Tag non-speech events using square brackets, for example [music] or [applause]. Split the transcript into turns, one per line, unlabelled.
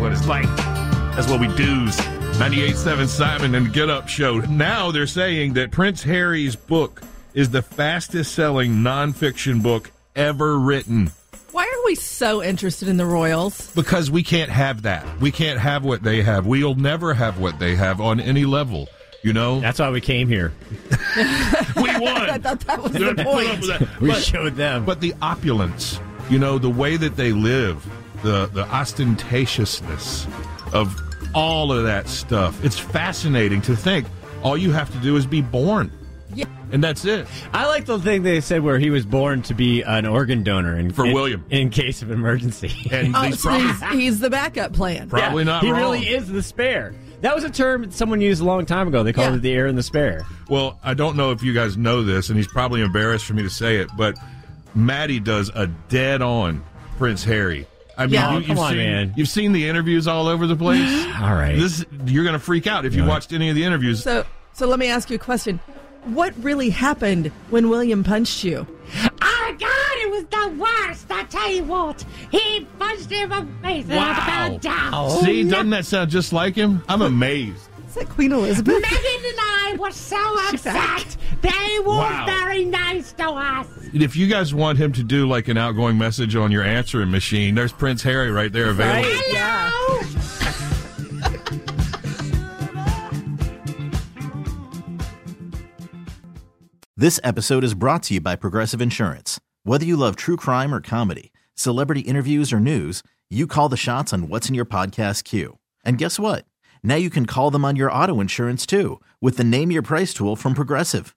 what it's like. That's what we do's. 98.7 Simon and the Get Up Show. Now they're saying that Prince Harry's book is the fastest selling nonfiction book ever written
Why are we so interested in the royals?
because we can't have that. We can't have what they have. We'll never have what they have on any level. You know,
That's why we came here.
we won.
[laughs] I thought that was
You
the
have to put up with
point.
that.
We
But-
showed them.
But the opulence, you know, the way that they live, the the ostentatiousness of all of that stuff. It's fascinating to think. All you have to do is be born.
Yeah.
And that's it.
I like the thing they said where he was born to be an organ donor in,
For
in-
William.
in case of emergency.
[laughs] And
Oh,
these
so
problems-
he's, he's the backup plan.
Pro- Probably not
He
wrong.
really is the spare. That was a term that someone used a long time ago. They called
Yeah.
it the air and the spare.
Well, I don't know if you guys know this, and he's probably embarrassed for me to say it, but Maddie does a dead on Prince Harry. I mean,
Yeah.
you,
Oh,
you've
come on,
seen
man.
you've seen the interviews all over the place.
All right.
This you're going to freak out if you
Yeah.
watched any of the interviews.
So, uh, so let me ask you a question. What really happened when William punched you?
Oh God, it was the worst. I tell you what, he punched him in the face and
Wow. Oh,
I fell down.
See, doesn't that sound just like him? I'm amazed.
Is that Queen Elizabeth?
Megan and I were so
She's
upset. They were
Wow.
very nice to us.
If you guys want him to do like an outgoing message on your answering machine, there's Prince Harry right there available.
Right. Yeah.
Hello.
This episode is brought to you by Progressive Insurance. Whether you love true crime or comedy, celebrity interviews or news, you call the shots on what's in your podcast queue. And guess what? Now you can call them on your auto insurance too with the Name Your Price tool from Progressive.